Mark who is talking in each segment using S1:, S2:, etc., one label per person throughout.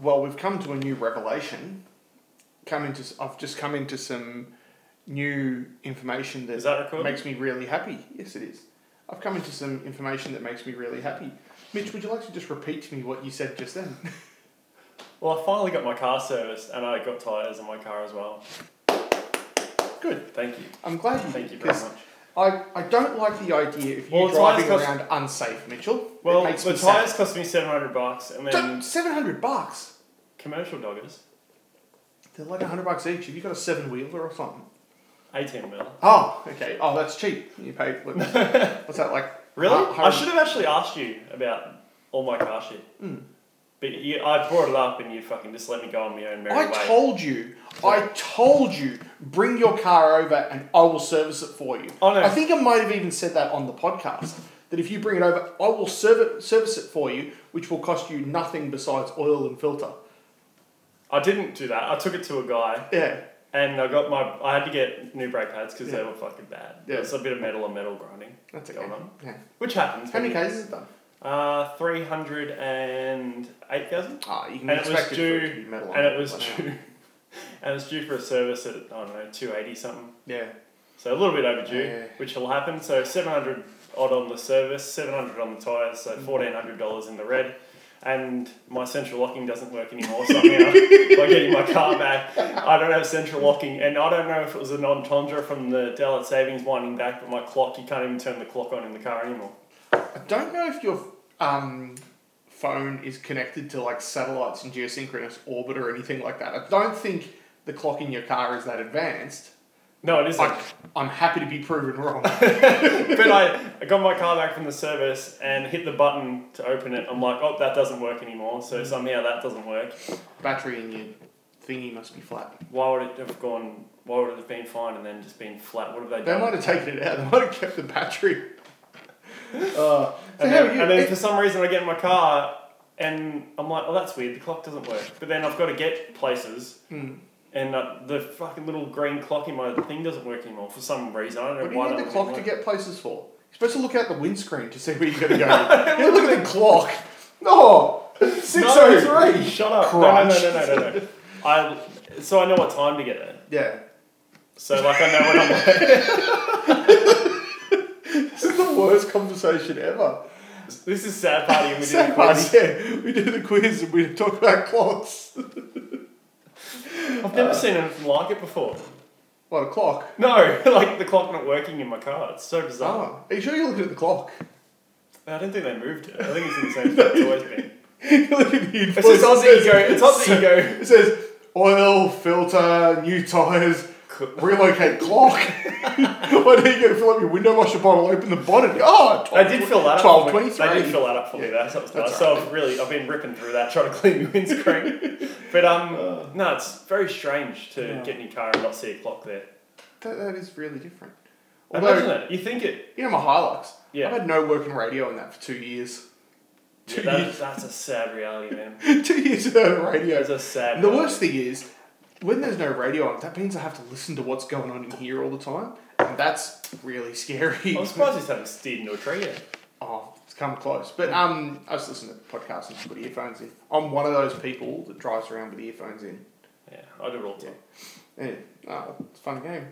S1: well, we've come to a new revelation. Come into, s- I've just come into some new information that,
S2: Is that recording?
S1: makes me really happy. Yes, it is. I've come into some information that makes me really happy. Mitch, would you like to just repeat to me what you said just then?
S2: Well, I finally got my car serviced and I got tyres in my car as well.
S1: Good.
S2: Thank you.
S1: I'm glad you.
S2: Thank you
S1: did,
S2: very
S1: 'cause
S2: much.
S1: I, I don't like the idea of you
S2: Well, it's why it's
S1: driving
S2: cost-
S1: around unsafe, Mitchell.
S2: Well,
S1: it makes
S2: the
S1: me sad.
S2: tyres cost me 700 bucks and then
S1: Don't- 700 bucks.
S2: commercial doggers,
S1: They're like 100 bucks each. Have you got a seven wheeler or something?
S2: 18 mil.
S1: Oh, okay. Oh, that's cheap. You pay. what- What's that like?
S2: Really?
S1: Uh,
S2: I should have actually asked you about all my car shit.
S1: Mm.
S2: But you, I brought it up and you fucking just let me go on my own merry
S1: I
S2: way.
S1: told you. I told you. Bring your car over, and I will service it for you.
S2: Oh, no.
S1: I think I might have even said that on the podcast. That if you bring it over, I will serve it, service it for you, which will cost you nothing besides oil and filter.
S2: I didn't do that. I took it to a guy
S1: Yeah.
S2: and I got my. I had to get new brake pads because they
S1: Yeah.
S2: were fucking bad.
S1: Yeah.
S2: It's a bit of metal and metal grinding
S1: That's okay.
S2: going on,
S1: Yeah.
S2: which happens.
S1: How many
S2: when you-
S1: cases have done?
S2: Uh, three hundred and eight thousand.
S1: Ah, you can
S2: And it was
S1: expect it, for it
S2: due-
S1: to be metal.
S2: and it was
S1: Wow.
S2: due and it was due for a service at I don't know two eighty something,
S1: Yeah.
S2: so a little bit overdue,
S1: Yeah.
S2: which will happen. So seven hundred odd on the service, seven hundred on the tyres, so
S1: Mm.
S2: fourteen hundred dollars in the red. And my central locking doesn't work anymore somehow. by getting my car back, I don't have central locking, and I don't know if it was an entendre from the daylight savings winding back, but my clock you can't even turn the clock on in the car anymore.
S1: I don't know if your um, phone is connected to like satellites in geosynchronous orbit or anything like that. I don't think the clock in your car is that advanced.
S2: No, it isn't.
S1: Like, I'm happy to be proven wrong.
S2: but I, I got my car back from the service and hit the button to open it. I'm like, oh, that doesn't work anymore.
S1: Mm.
S2: So somehow that doesn't work.
S1: Battery in your thingy must be flat.
S2: Why would it have gone? Why would it have been fine and then just been flat? What have they
S1: They
S2: done?
S1: might have taken it out. They might have kept the battery. Uh, so
S2: and,
S1: how
S2: then,
S1: are you?
S2: and then
S1: it-
S2: for some reason I get in my car and I'm like, oh, that's weird. The clock doesn't work. But then I've got to get places.
S1: Hmm.
S2: And uh, the fucking little green clock in my thing doesn't work anymore for some reason. I don't know
S1: what do
S2: why
S1: you need
S2: that
S1: the
S2: was
S1: clock to
S2: annoying.
S1: get places for? You're supposed to look out the windscreen to see where you're going to go. you look at the clock. No, six oh
S2: No,
S1: three.
S2: shut up. No, no,
S1: Crunch.
S2: no, no, no, no, no. I, so I know what time to get there.
S1: Yeah.
S2: So like I know when I'm
S1: This is the worst conversation ever.
S2: This is sad party and we did
S1: Sad
S2: a quiz.
S1: parts, yeah. We do the quiz and we talk about clocks.
S2: I've never seen anything like it before.
S1: What, a clock?
S2: No, like the clock not working in my car. It's so bizarre.
S1: Oh, are you sure you're looking at the clock?
S2: I don't think they moved it. I think it's in the same spot it's always been.
S1: You're looking at the
S2: It's just
S1: invoice.
S2: Aussie ego. It's Aussie ego.
S1: It says oil, filter, new tyres, relocate clock. Why do you go fill up your window washer bottle, open the bonnet? Oh,
S2: I did fill that up.
S1: 12,
S2: for me. They
S1: 23.
S2: did fill that up for me.
S1: Yeah,
S2: That's, that was
S1: that's
S2: nice. So I've really, I've been ripping through that trying to clean the windscreen. but um, no, it's very strange to
S1: Uh. Yeah.
S2: get in your car and not see a clock there.
S1: That, that is really different.
S2: Imagine
S1: Although,
S2: it. You think it?
S1: you know my Hilux?
S2: Yeah.
S1: I've had no work in radio in that for two years.
S2: Yeah,
S1: Two
S2: that, that's a sad reality, man.
S1: years. two years without radio.
S2: That's a sad.
S1: And the
S2: reality.
S1: worst thing is, when there's no radio on, that means I have to listen to what's going on in here all the time, and that's really scary.
S2: I'm surprised you haven't steered into a tree yet.
S1: Oh, it's come close. But um, I was listening to podcasts and just put earphones in. I'm one of those people that drives around with earphones in.
S2: Yeah, I do it all the time.
S1: Yeah, oh, it's a fun game.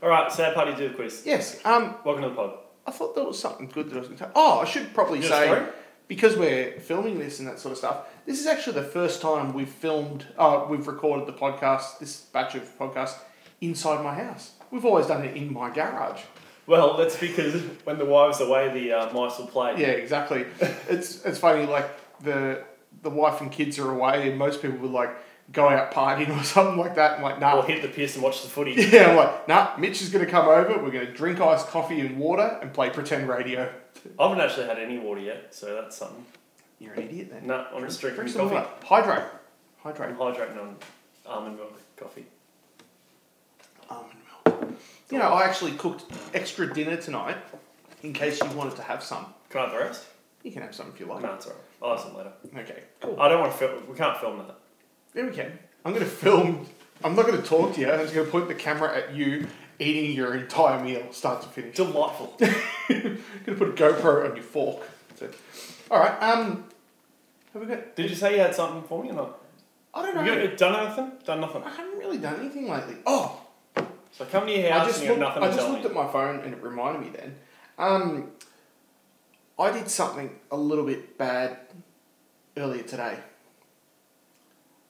S2: All right, sad party do the quiz.
S1: Yes. Um,
S2: Welcome to the pod.
S1: I thought there was something good that I was going to. Oh, I should probably
S2: Yes,
S1: say
S2: sorry.
S1: because we're filming this and that sort of stuff. This is actually the first time we've filmed, uh, we've recorded the podcast, this batch of podcasts, inside my house. We've always done it in my garage.
S2: Well, that's because when the wives away, the uh, mice will play.
S1: Yeah, exactly. it's it's funny. Like the the wife and kids are away, and most people would like go out partying or something like that. I'm like, nah.
S2: Or hit the piss and watch the footy.
S1: yeah, I'm like, nah. Mitch is gonna come over. We're gonna drink iced coffee and water and play pretend radio.
S2: I haven't actually had any water yet, so that's something.
S1: You're an idiot then.
S2: No, I'm just
S1: Drink
S2: drinking
S1: some
S2: coffee.
S1: water. Hydrate.
S2: I'm
S1: Hydrate.
S2: hydrating on almond milk coffee.
S1: Almond milk. You know, I actually cooked extra dinner tonight in case you wanted to have some.
S2: Can I have the rest?
S1: You can have some if you like.
S2: No, it's alright. I'll have some later.
S1: Okay, cool.
S2: I don't want to film. We can't film that.
S1: There we go. I'm going to film. I'm not going to talk to you. I'm just going to point the camera at you eating your entire meal, start to finish.
S2: Delightful.
S1: I'm going to put a GoPro on your fork. So, all right. Um, have we got?
S2: Did you say you had something for me or not?
S1: I don't
S2: You
S1: know.
S2: got, done anything? Done nothing.
S1: I haven't really done anything lately. Oh,
S2: So come to your
S1: I
S2: house
S1: just
S2: and you
S1: looked,
S2: have nothing
S1: I
S2: to
S1: just
S2: tell me.
S1: looked at my phone and it reminded me then. Um, I did something a little bit bad earlier today.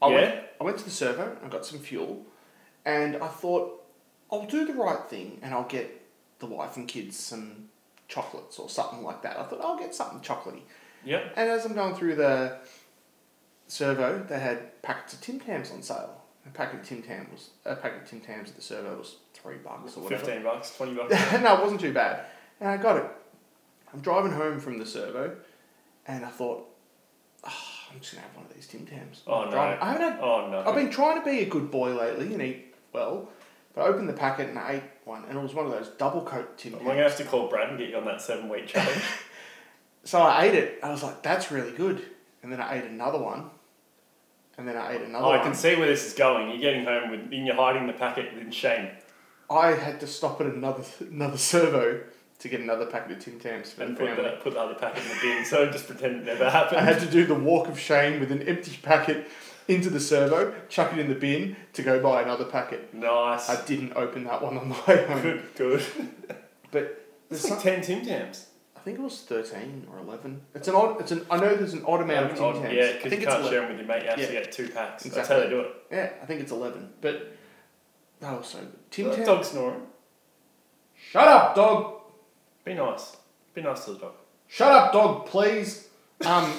S1: I Went,
S2: Yeah?
S1: I went to the servo and got some fuel, and I thought I'll do the right thing and I'll get the wife and kids some chocolates or something like that. I thought I'll get something chocolatey.
S2: Yeah.
S1: And as I'm going through the servo, they had packets of Tim Tams on sale. A packet of Tim Tam was a packet of Tim Tams at the servo was three bucks or whatever.
S2: Fifteen bucks, twenty bucks.
S1: no, it wasn't too bad. And I got it. I'm driving home from the servo, and I thought, "Ah, I'm just gonna have one of these Tim Tams.
S2: Oh, no.
S1: I haven't had.
S2: Oh no.
S1: I've been trying to be a good boy lately and eat well, but I opened the packet and I ate one, and it was one of those double coat Tim
S2: I'm
S1: Tams.
S2: gonna have to call Brad and get you on that seven week challenge.
S1: So I ate it. and I was like, that's really good. And then I ate another one, and then I ate another
S2: oh, I
S1: one.
S2: can see where this is going. You're getting home with, and you're hiding the packet in shame.
S1: I had to stop at another another servo to get another packet of Tim Tams for
S2: and
S1: the
S2: put
S1: family.
S2: the, put the other packet in the bin. So just pretend it never
S1: I
S2: happened.
S1: had to do the walk of shame with an empty packet into the servo, chuck it in the bin to go buy another packet.
S2: Nice.
S1: I didn't open that one on the way home.
S2: good, good.
S1: But
S2: It's
S1: there's
S2: like
S1: some,
S2: ten Tim Tams.
S1: I think it was thirteen or eleven. It's an odd. It's an. I know there's an odd amount of Tim Tams.
S2: Yeah,
S1: I
S2: because you
S1: think it's
S2: can't
S1: 11.
S2: share them with your mate. You have to get two packs. That's how
S1: Exactly.
S2: they do it.
S1: Yeah, I think it's eleven. But that was so good. Tim
S2: That
S1: Tams.
S2: Dog snoring.
S1: Shut up, dog.
S2: Be nice. Be nice to the dog.
S1: Shut up, dog. Please. Um.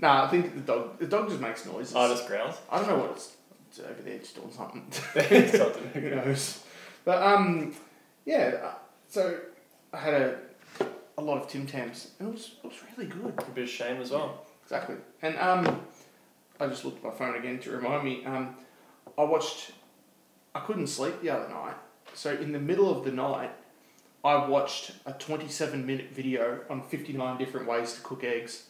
S1: nah, I think the dog. The dog just makes noises.
S2: Oh, just growls.
S1: I don't know what it's, it's over there. It's doing something.
S2: It's not to do.
S1: Who knows? But um, yeah. uh, So I had a a lot of Tim Tams, and it was it was really good.
S2: a bit of shame as well.
S1: Exactly. And um, I just looked at my phone again to remind me. Um, I watched. I couldn't sleep the other night, so in the middle of the night, I watched a twenty-seven minute video on fifty-nine different ways to cook eggs.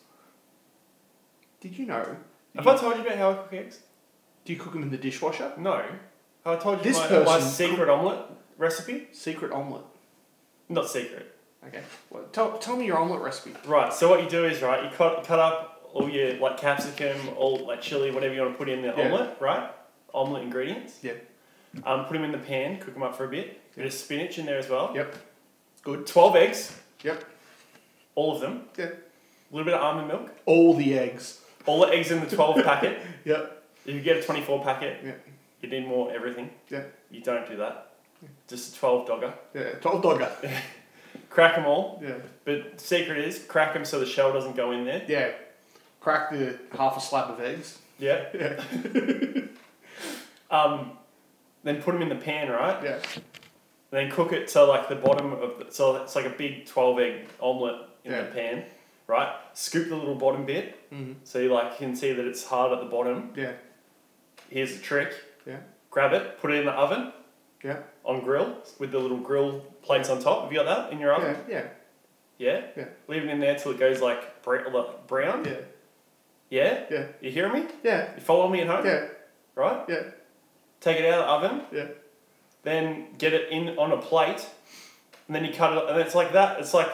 S1: Did you know?
S2: Have I told you about how I cook eggs?
S1: Do you cook them in the dishwasher?
S2: No. Have I told you
S1: This
S2: my, my
S1: person-
S2: secret omelette recipe?
S1: Secret omelet.
S2: Not secret.
S1: Okay. Well, tell, tell me your omelet recipe.
S2: Right, so what you do is, right, you cut, cut up all your, like, capsicum, all, like, chili, whatever you want to put in the
S1: Yeah.
S2: omelette, right? Omelette ingredients.
S1: Yeah.
S2: Um, put them in the pan, cook them up for a bit. Bit of spinach in there as well.
S1: Yep. Good.
S2: 12 eggs,
S1: Yep.
S2: all of them.
S1: Yeah.
S2: A little bit of almond milk.
S1: All the eggs.
S2: All the eggs in the 12 packet.
S1: Yep.
S2: If you get a 24 packet,
S1: Yeah.
S2: you need more everything.
S1: Yeah.
S2: You don't do that. Just a 12 dogger.
S1: Yeah. Twelve dogger.
S2: Crack them all.
S1: Yeah.
S2: But secret is, crack them so the shell doesn't go in there.
S1: Yeah. Crack the half a slab of eggs.
S2: Yeah.
S1: Yeah.
S2: Um, then put them in the pan, right?
S1: Yeah.
S2: then cook it to like the bottom of the, so it's like a big 12 egg omelette in the
S1: Yeah.
S2: pan right scoop the little bottom bit
S1: Mhm.
S2: so you like can see that it's hard at the bottom
S1: Yeah.
S2: here's the trick
S1: Yeah.
S2: grab it put it in the oven
S1: Yeah.
S2: on grill with the little grill plates on top have you got that in your oven
S1: Yeah. Yeah.
S2: yeah
S1: Yeah.
S2: leave it in there till it goes like br- like brown
S1: Yeah.
S2: yeah
S1: Yeah.
S2: you hearing me
S1: Yeah.
S2: you follow me at home
S1: Yeah.
S2: right
S1: Yeah.
S2: take it out of the oven
S1: Yeah.
S2: then get it in on a plate, and then you cut it, and it's like that. It's like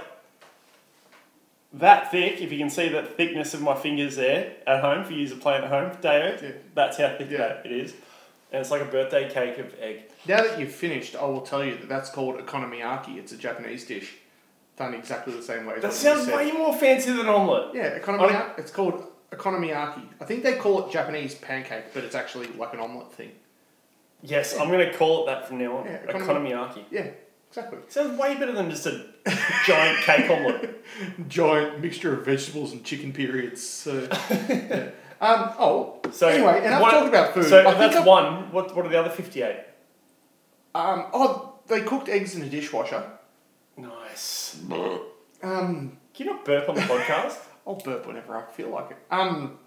S2: that thick. If you can see the thickness of my fingers there at home, for you to play at home, Deo,
S1: Yeah.
S2: that's how thick
S1: Yeah.
S2: that it is, and it's like a birthday cake of egg.
S1: Now that you've finished, I will tell you that that's called okonomiyaki. It's a Japanese dish, done exactly the same way. as
S2: That
S1: what you
S2: sounds
S1: said.
S2: way more fancy than omelette.
S1: Yeah, okonomiyaki. It's called okonomiyaki. I think they call it Japanese pancake, but it's actually like an omelet thing.
S2: Yes, I'm gonna call it that from now on.
S1: Yeah, economy-
S2: Okonomiyaki.
S1: Yeah. Exactly.
S2: Sounds way better than just a giant cake omelette.
S1: giant mixture of vegetables and chicken periods. So, yeah. um, oh,
S2: So
S1: anyway, and I've
S2: what-
S1: talked about food.
S2: So
S1: I think
S2: that's
S1: I've-
S2: one. What what are the other fifty eight?
S1: Um, oh, they cooked eggs in a dishwasher.
S2: Nice.
S1: Um,
S2: Can you not burp on the podcast?
S1: I'll burp whenever I feel like it. Um,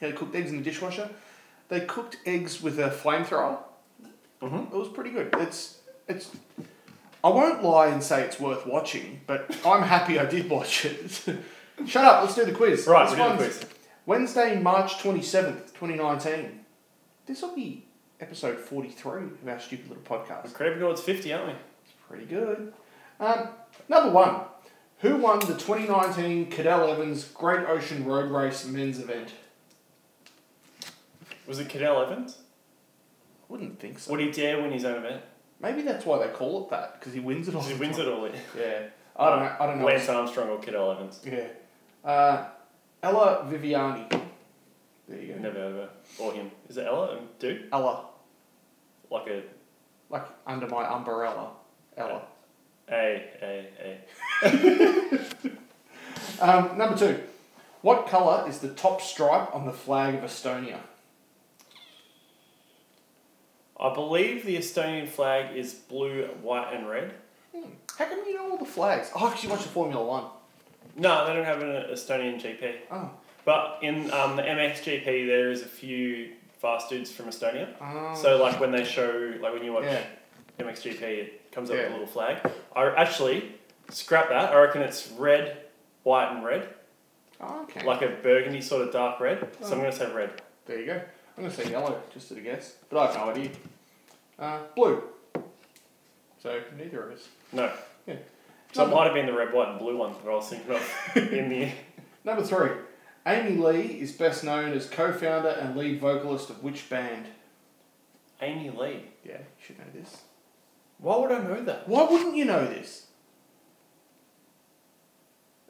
S1: yeah, they cooked eggs in the dishwasher. They cooked eggs with a flamethrower.
S2: Mhm.
S1: It was pretty good. It's it's. I won't lie and say it's worth watching, but I'm happy I did watch it. Shut up. Let's do the quiz.
S2: Right,
S1: This
S2: we're doing the
S1: one's-
S2: quiz.
S1: Wednesday, March 27th, 2019. This will be episode 43 of our stupid little
S2: We're
S1: podcast.
S2: creeping towards 50, aren't we?
S1: It's pretty good. Um, number one Who won the 2019 Cadell Evans Great Ocean Road Race men's event?
S2: Was it Cadell Evans?
S1: wouldn't think so.
S2: Would he dare win his own event?
S1: Maybe that's why they call it that because he wins it all.
S2: He
S1: the
S2: wins
S1: time.
S2: it all.
S1: Yeah, I don't know. Oh, I don't know.
S2: Lance Armstrong or Cadell Evans?
S1: Yeah, uh, Ella Viviani. There you go.
S2: Never heard of her. Or him. Is it Ella? Um, Dude?
S1: Ella,
S2: Like a.
S1: like under my umbrella, Ella.
S2: A, A, A.
S1: Um, number two, what color is the top stripe on the flag of Estonia?
S2: I believe the Estonian flag is blue, white, and red.
S1: Hmm. How come you know all the flags? Oh, because you watch the Formula One.
S2: No, they don't have an Estonian GP.
S1: Oh,
S2: But in um, the MXGP, there is a few fast dudes from Estonia.
S1: um,
S2: So like when they show, like when you watch
S1: Yeah.
S2: MXGP, it comes up with
S1: Yeah.
S2: a little flag. I actually scrap that. I reckon it's red, white, and red,
S1: oh, okay.
S2: like a burgundy sort of dark red. So I'm gonna say red.
S1: There you go. I'm going to say yellow, just at a guess. But I have no idea. Uh, blue. So, neither of us.
S2: No.
S1: Yeah.
S2: So it
S1: Number-
S2: might have been the red, white, and blue one that I was thinking of in the.
S1: Number three. Amy Lee is best known as co founder and lead vocalist of which band?
S2: Amy Lee.
S1: Yeah, you should know this.
S2: Why would I know that?
S1: Why wouldn't you know this?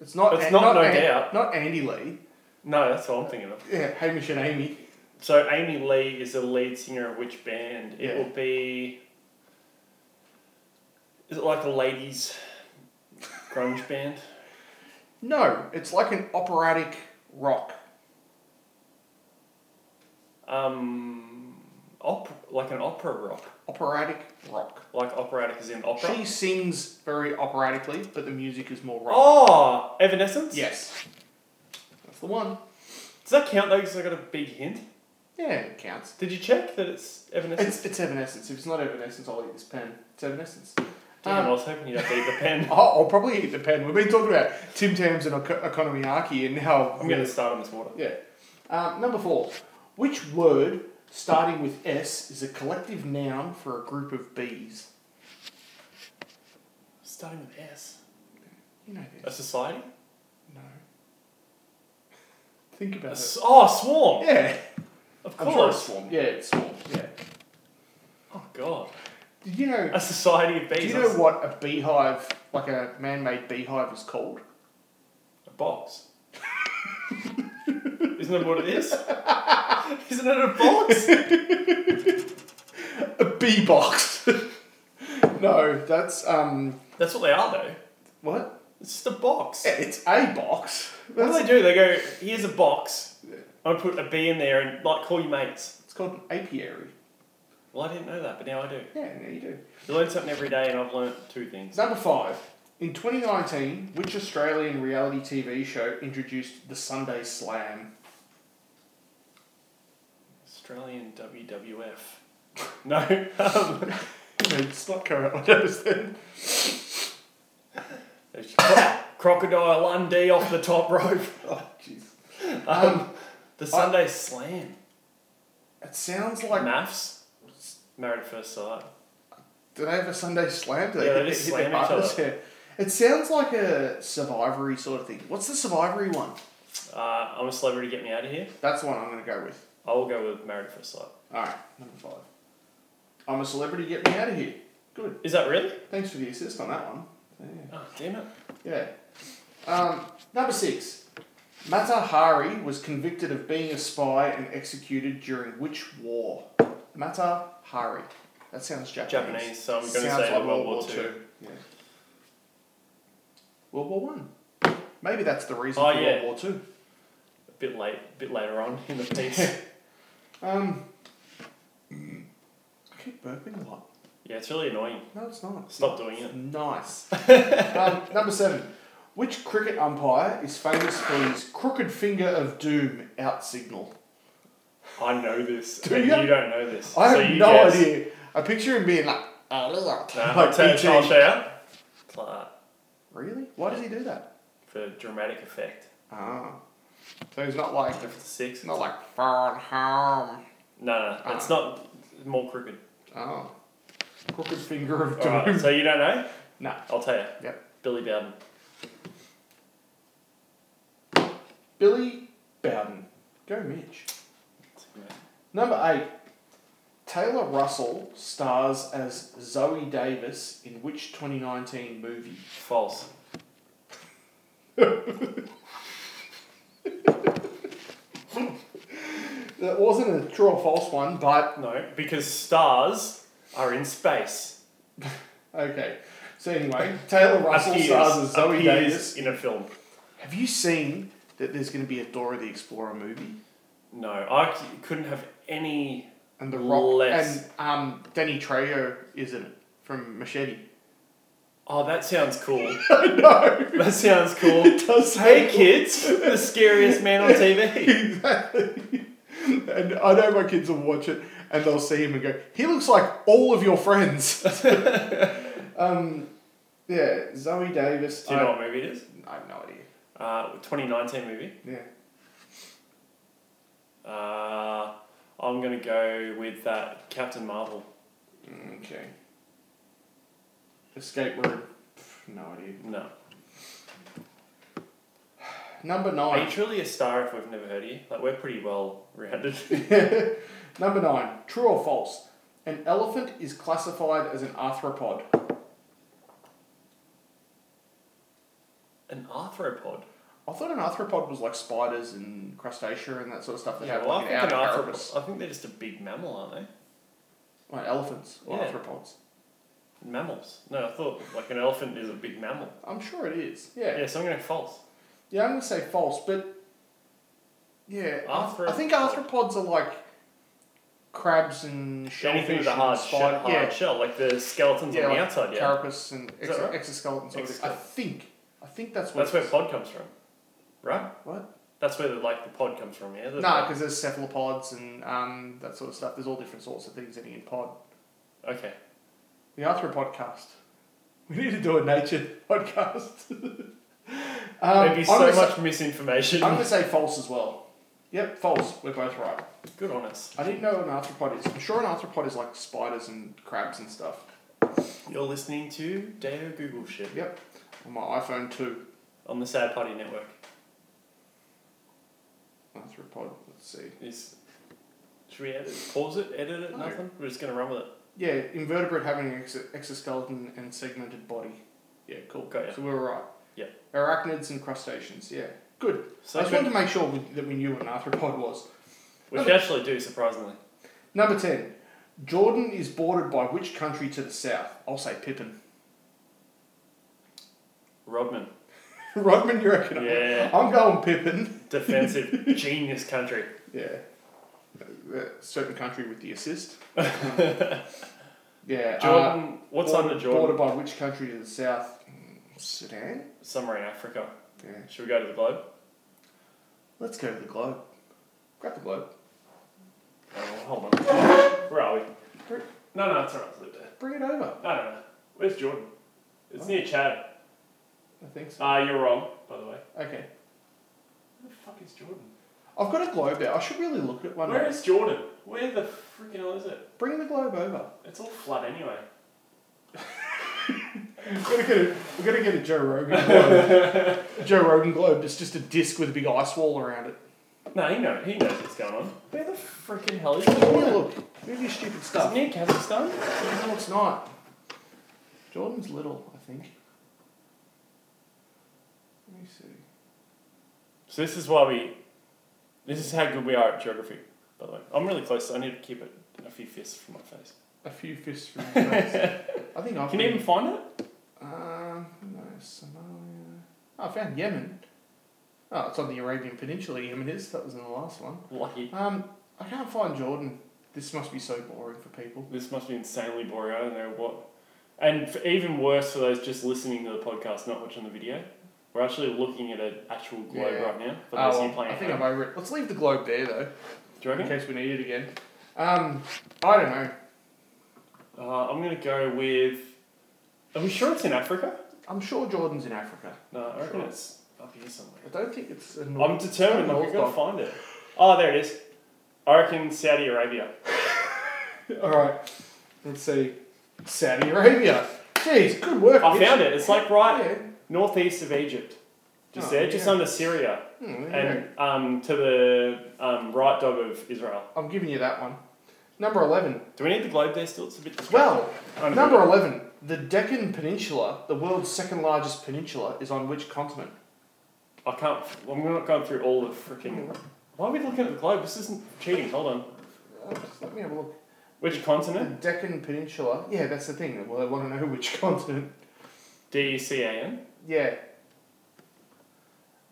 S1: It's not,
S2: It's not No
S1: An-
S2: Doubt.
S1: Not Andy Lee.
S2: No, that's what I'm thinking of.
S1: Yeah, Hamish and Amy.
S2: So Amy Lee is the lead singer of which band?
S1: Yeah.
S2: It will be. Is it like a ladies grunge band?
S1: No, it's like an operatic rock.
S2: Um, op- like an opera rock,
S1: Operatic rock.
S2: like operatic is in opera.
S1: She sings very operatically, but the music is more rock.
S2: Oh, Evanescence.
S1: Yes. That's the one.
S2: Does that count though? Because I got a big hint.
S1: Yeah, it counts.
S2: Did you check that it's Evanescence?
S1: It's, it's Evanescence. If it's not Evanescence, I'll eat this pen. It's Evanescence.
S2: Damn, I
S1: Um,
S2: was hoping you'd have beat the pen.
S1: I'll, I'll probably eat the pen. We've been talking about Tim Tams and Eko- Okonomiyaki and how...
S2: I'm gonna start on this water.
S1: Yeah. Um, number four. Which word starting with S is a collective noun for a group of bees?
S2: Starting with S.
S1: You know
S2: A
S1: this.
S2: society.
S1: No. Think
S2: A
S1: about it.
S2: s- oh, swarm.
S1: Yeah.
S2: Of
S1: I'm sure
S2: course.
S1: it's swarm. Yeah, it's swarm. Yeah.
S2: Oh god.
S1: Did you know...
S2: A society of bees.
S1: Do you
S2: I
S1: know
S2: was-
S1: what a beehive, like a man-made beehive, is called?
S2: A box. Isn't that what it is? Isn't it a box?
S1: A bee box. no, that's um.
S2: That's what they are though.
S1: What?
S2: It's just a box.
S1: Yeah, it's a box.
S2: What
S1: That's
S2: do they do? They go, here's a box. I'm gonna put a bee in there and like call your mates.
S1: it's called an apiary.
S2: Well, I didn't know that, but now I do.
S1: Yeah, there you do.
S2: You learn something every day, and I've learnt two things.
S1: Number five. In 2019, which Australian reality TV show introduced the Sunday Slam?
S2: Australian WWF. No, um,
S1: it's not current. I understand.
S2: there's Cro- crocodile Dundee off the top rope.
S1: Oh, jeez.
S2: Um, the Sunday Slam.
S1: It sounds like.
S2: Maths. Married at first sight.
S1: Do they have a Sunday Slam? Do they
S2: Yeah,
S1: hit-
S2: they just
S1: hit their
S2: slam each
S1: partners? Yeah. It sounds like a survivory sort of thing. What's the survivory one?
S2: Uh, I'm a celebrity. Get me out of here.
S1: That's the one I'm going to go with.
S2: I will go with Married at First Sight.
S1: All right, number five. I'm a celebrity. Get me out of here. Good.
S2: Is that really?
S1: Thanks for the assist on that one. Yeah.
S2: Oh, damn it.
S1: Yeah. Um, number six. Mata Hari was convicted of being a spy and executed during which war? Mata Hari. That sounds Japanese.
S2: Japanese, so I'm going to say
S1: Sounds like
S2: World, War Two.
S1: Yeah. World War One. Maybe that's the reason
S2: Oh,
S1: for
S2: yeah.
S1: World War Two.
S2: A bit late, bit later on in the piece.
S1: Um, I keep burping a lot.
S2: yeah, it's really annoying.
S1: No, it's not.
S2: Stop doing it.
S1: Nice. um, number seven. Which cricket umpire is famous for his crooked finger of doom out signal?
S2: I know this.
S1: Do
S2: and
S1: you?
S2: you? don't know this.
S1: I
S2: So
S1: have
S2: you
S1: no
S2: guess.
S1: idea. I picture him being like, "Ah, look at
S2: No,
S1: that,"
S2: I'll,
S1: like
S2: tell,
S1: ET.
S2: I'll show you. Clark,
S1: Really? Why does he do that?
S2: for dramatic effect.
S1: Ah. So he's not like,
S2: If it's a six.
S1: he's
S2: No,
S1: not like Uh. far and home.
S2: no, it's not it's more crooked.
S1: Oh. Crooked finger of doom.
S2: Alright, so you don't know?
S1: Nah.
S2: I'll tell you.
S1: Yep.
S2: Billy Bowden.
S1: Billy Bowden. Go Mitch. Number eight. Taylor Russell stars as Zoe Davis in which 2019 movie?
S2: False.
S1: That wasn't a true or false one, but
S2: No, because stars are in space.
S1: okay. So anyway, Taylor Russell stars as Zoe
S2: appears
S1: Davis.
S2: in a film.
S1: Have you seen that there's going to be a Dora the Explorer movie?
S2: No, I c- couldn't have any.
S1: And The Rock
S2: Less.
S1: and um, Danny Trejo is in it from Machete.
S2: Oh, that sounds cool.
S1: no,
S2: that sounds cool.
S1: does
S2: hey kids, the scariest man on TV.
S1: Exactly. And I know my kids will watch it and they'll see him and go, he looks like all of your friends. um, yeah, Zoe Davis.
S2: Do you
S1: I,
S2: know what movie it is?
S1: I have no idea.
S2: Uh, 2019 movie.
S1: Yeah.
S2: Uh, I'm gonna go with that Captain Marvel.
S1: Okay. Escape room. Pff, No idea.
S2: No.
S1: Number
S2: Are
S1: nine.
S2: you truly a star if we've never heard of you? Like we're pretty well rounded.
S1: Number nine. True or false? An elephant is classified as an arthropod.
S2: An arthropod.
S1: I thought an arthropod was like spiders and crustacea and that sort of stuff that
S2: Yeah,
S1: have
S2: well, I
S1: like
S2: think an
S1: outer
S2: arthropod.
S1: carapace.
S2: I think they're just a big mammal, aren't they?
S1: Like elephants or
S2: Yeah.
S1: arthropods.
S2: Mammals. No, I thought like an elephant is a big mammal.
S1: I'm sure it is.
S2: Yeah, so I'm gonna go false.
S1: Yeah, I'm gonna say false, but yeah,
S2: Arthro-
S1: I think arthropods are like crabs and shellfish
S2: Anything with a
S1: and
S2: hard, she-
S1: spider.
S2: hard
S1: yeah,
S2: shell, like the skeletons
S1: yeah,
S2: on the
S1: like
S2: outside. Yeah,
S1: carapace and
S2: Is
S1: ex-
S2: that right?
S1: exoskeleton sort of thing. I
S2: Exoskeleton.
S1: think, I think that's what.
S2: that's where pod comes from, right?
S1: what?
S2: That's where the, like the pod comes from. Yeah.
S1: No,
S2: The-
S1: nah, because there's cephalopods and um, that sort of stuff. There's all different sorts of things in pod.
S2: Okay.
S1: The arthropodcast. We need to do a nature podcast. um,
S2: There'd be
S1: I'm
S2: so
S1: gonna say-
S2: much misinformation.
S1: I'm gonna say false as well. Yep, false. We're both right.
S2: Good on us.
S1: I didn't know what an arthropod is. I'm sure an arthropod is like spiders and crabs and stuff.
S2: You're listening to Deo Google shit
S1: Yep. On my iPhone 2
S2: on the Sad Party Network.
S1: arthropod. Let's see.
S2: Is should we edit, pause it, edit it,
S1: No.
S2: nothing? We're just gonna run with it.
S1: Yeah, invertebrate having an ex- exoskeleton and segmented body. Yeah, cool.
S2: Got ya.
S1: So we were right.
S2: Yeah.
S1: Arachnids and crustaceans. Yeah, good.
S2: So
S1: I just wanted to make sure we, that we knew what an arthropod was.
S2: which we actually do surprisingly.
S1: Number ten. Jordan is bordered by which country to the south? I'll say Pippin.
S2: Rodman,
S1: Rodman, you reckon?
S2: Yeah.
S1: I'm going Pippin.
S2: defensive genius country.
S1: Yeah. Uh, uh, certain country with the assist. Yeah. uh,
S2: Jordan, what's
S1: border-
S2: under Jordan?
S1: Border by which country to the south? Mm, Sudan?
S2: Somewhere in Africa.
S1: Yeah.
S2: Should we go to the globe?
S1: Let's go to the globe. Grab the globe.
S2: Oh, hold on. Where are we?
S1: Br-
S2: No, no, it's alright. It's lived there.
S1: Bring it over.
S2: No, no, no. Where's Jordan? It's near Chad.
S1: I think so.
S2: Ah, you're wrong, by the way.
S1: Okay.
S2: Where the fuck is Jordan?
S1: I've got a globe there. I should really look at one.
S2: Where is Jordan? Where the freaking hell is it?
S1: Bring the globe over.
S2: It's all flat anyway.
S1: We're gonna get a, we're gonna get a Joe Rogan globe. A Joe Rogan globe. It's just a disc with a big ice wall around it.
S2: No, he knows. He knows what's going on. Where the freaking hell is
S1: Give me
S2: Jordan?
S1: a look. Give me your stupid
S2: Is it
S1: stuff.
S2: near Kazakhstan?
S1: No, it's not. Jordan's little, I think. Let me see.
S2: So this is why we. This is how good we are at geography. By the way, I'm really close. So I need to keep it a few fists from my face.
S1: A few fists from the face. I think I've
S2: Can you
S1: been-
S2: even find it?
S1: Um, no, Somalia. Oh, I found Yemen. Oh, it's on the Arabian Peninsula, Yemen is. That was in the last one.
S2: Lucky.
S1: Um, I can't find Jordan. This must be so boring for people.
S2: This must be insanely boring. I don't know what. And f even worse for those just listening to the podcast, not watching the video. We're actually looking at an actual globe
S1: Yeah.
S2: right now. For
S1: Oh,
S2: those of you
S1: well,
S2: playing
S1: I
S2: at
S1: think I'm
S2: home.
S1: over it. Let's leave the globe there, though,
S2: Do you
S1: in
S2: reckon?
S1: case we need it again. Um, I don't know.
S2: Uh, I'm gonna go with. Are we sure it's in Africa?
S1: I'm sure Jordan's in Africa.
S2: No, I reckon
S1: Sure.
S2: it's up here somewhere.
S1: I don't think it's a
S2: I'm
S1: north.
S2: determined that we're
S1: North
S2: going to
S1: Dog.
S2: find it. Oh, there it is. I reckon Saudi Arabia.
S1: All right. Let's see. Saudi Arabia. Jeez, good work.
S2: I
S1: Mitch.
S2: found it. It's like right
S1: Yeah.
S2: northeast of Egypt. Just
S1: Oh,
S2: there, just
S1: yeah.
S2: under Syria
S1: Hmm, there you
S2: and um, to the um, right dog of Israel.
S1: go. I'm giving you that one. Number 11.
S2: Do we need the globe there still? It's a bit
S1: Well,
S2: distracting.
S1: number 11. The Deccan Peninsula, the world's second largest peninsula, is on which continent?
S2: I can't. Well, I'm not going through all the freaking. Why are we looking at the globe? This isn't cheating. Hold on.
S1: Uh, just let me have a look.
S2: Which
S1: The
S2: continent?
S1: Deccan Peninsula. Yeah, that's the thing. Well, I want to know which continent.
S2: D E C A N.
S1: Yeah.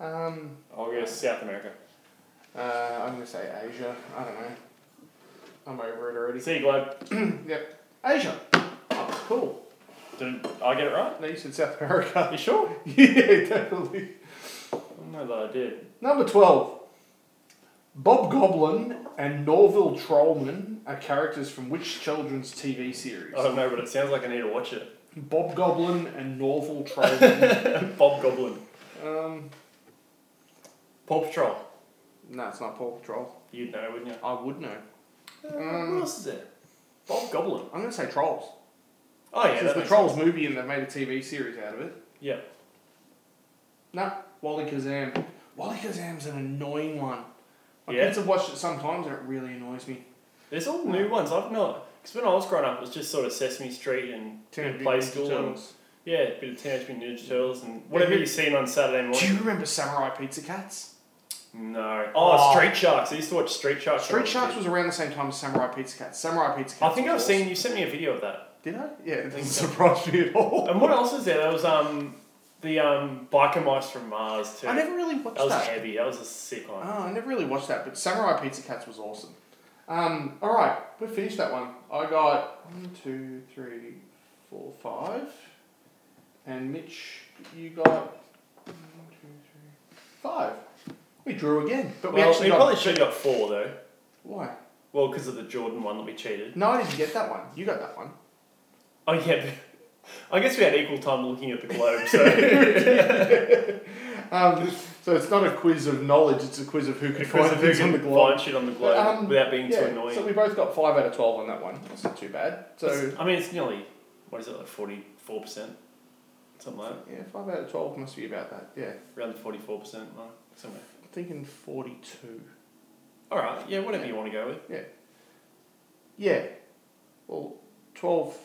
S1: Um,
S2: I'll go Oh, South America.
S1: uh, I'm going to say Asia. I don't know. I'm over it already.
S2: See you, globe.
S1: Yep. Asia. Oh, cool.
S2: Did I get it right?
S1: No, you said South America.
S2: You sure?
S1: yeah, definitely.
S2: I don't know that I did.
S1: Number 12. Bob Goblin and Norville Trollman are characters from which children's TV series?
S2: I don't know, but it sounds like I need to watch it.
S1: Bob Goblin and Norville Trollman.
S2: Bob Goblin.
S1: um,
S2: Paw Patrol.
S1: no, it's not Paw Patrol.
S2: You'd know, wouldn't you?
S1: I would know. Mm.
S2: Uh, what else is there? Bob Goblin.
S1: I'm going to say Trolls.
S2: Oh yeah,
S1: There's
S2: that
S1: the
S2: makes
S1: Trolls movie and they've made a TV series out of it.
S2: Yeah.
S1: No, Wally Kazam. Wally Kazam's an annoying one. My
S2: Yeah.
S1: kids have watched it sometimes and it really annoys me.
S2: There's all new ones. I've not. Because when I was growing up, it was just sort of Sesame Street and
S1: Teenage
S2: Play
S1: Mutant Ninja
S2: School and
S1: Turtles.
S2: yeah, a bit of Teenage Mutant Ninja Turtles and whatever
S1: Yeah.
S2: you've seen on Saturday
S1: Do
S2: morning.
S1: you remember Samurai Pizza Cats?
S2: No.
S1: Oh.
S2: Oh, Street Sharks. I used to watch Street Sharks.
S1: Street
S2: when I was a
S1: Sharks
S2: kid.
S1: was around the same time as Samurai Pizza Cats. Samurai Pizza Cats.
S2: I think I've
S1: was
S2: seen. You sent me a video of that.
S1: awesome. Did I? Yeah, it doesn't
S2: think so.
S1: surprise me at all.
S2: And what else was there? There was um the um biker mice from Mars too.
S1: I never really watched
S2: that was
S1: that.
S2: heavy. That was a sick one.
S1: Oh, I never really watched that, but Samurai Pizza Cats was awesome. Um, all right, we finished that one. I got one, two, three, four, five, and Mitch, you got one, two, three, five. We drew again, but we
S2: well,
S1: actually
S2: we
S1: got
S2: probably should have got four though.
S1: why?
S2: Well, because of the Jordan one that we cheated.
S1: No, I didn't get that one. You got that one.
S2: Oh yeah. but- I guess we had equal time looking at the globe, so
S1: Um, so it's not a quiz of knowledge; it's a quiz of who can
S2: because
S1: find
S2: if we
S1: things on
S2: can
S1: the globe.
S2: find shit on the globe
S1: Um,
S2: without being
S1: Yeah,
S2: too annoying.
S1: So we both got five out of twelve on that one. That's not too bad. So
S2: It's- I mean, it's nearly what is it like forty four percent, something like that,
S1: yeah, five out of twelve must be about that. Yeah,
S2: around the forty four percent mark somewhere.
S1: I'm thinking forty-two.
S2: All right, yeah, whatever you want to go with.
S1: Yeah, well, twelve.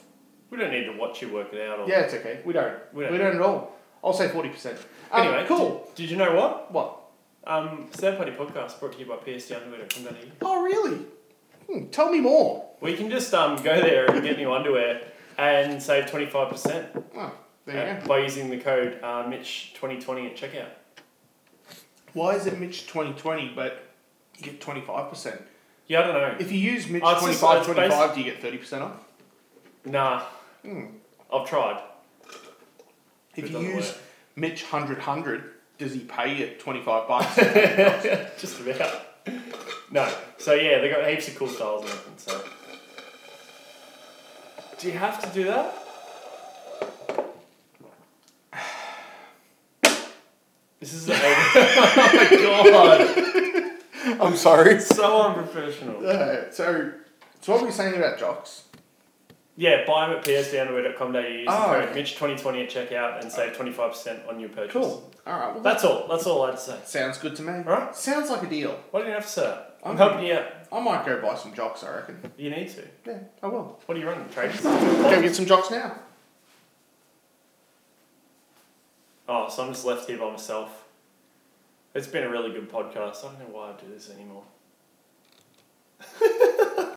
S2: We don't need to watch you work it out. Or
S1: Yeah, it's okay. We don't.
S2: Oh. We don't.
S1: We don't at all. I'll say forty percent. Um,
S2: Anyway,
S1: cool.
S2: Did you know what?
S1: What?
S2: Um, Third Party Podcast brought to you by PSD Underwear. Come down here.
S1: Oh, really? Hmm, tell me more.
S2: We can just um, go there and get new underwear and save 25%
S1: Oh, there you
S2: uh, by using the code uh, Mitch2020 at checkout.
S1: go. Why is it Mitch twenty twenty, but you get twenty five percent?
S2: Yeah, I don't know.
S1: If you use Mitch
S2: Oh, it's
S1: twenty
S2: just-
S1: five
S2: it's
S1: twenty five, do you get thirty percent off?
S2: Nah,
S1: Hmm.
S2: I've tried.
S1: If
S2: It
S1: you
S2: doesn't
S1: use
S2: work.
S1: Mitch hundred hundred, does he pay you twenty five bucks?
S2: just about. No. So, yeah, they got heaps of cool styles and everything, so. Do you have to do that? This is an Oh my god!
S1: I'm sorry.
S2: So unprofessional.
S1: Uh, so, so what were you saying about jocks?
S2: Yeah, buy them at psdunderwear.com.au. Use
S1: Oh,
S2: the
S1: okay.
S2: code Mitch2020 at checkout and save 25% on your purchase.
S1: Cool. All right. Well, that
S2: That's all. That's all I'd say.
S1: sounds good to me.
S2: right.
S1: Sounds like a deal.
S2: Why do you have to say that? I'm
S1: Okay.
S2: helping you out.
S1: I might go buy some jocks. I reckon.
S2: You need to.
S1: Yeah, I will.
S2: What are you running? Trades?
S1: Go get some jocks now.
S2: Oh, so I'm just left here by myself. It's been a really good podcast. I don't know why I do this anymore.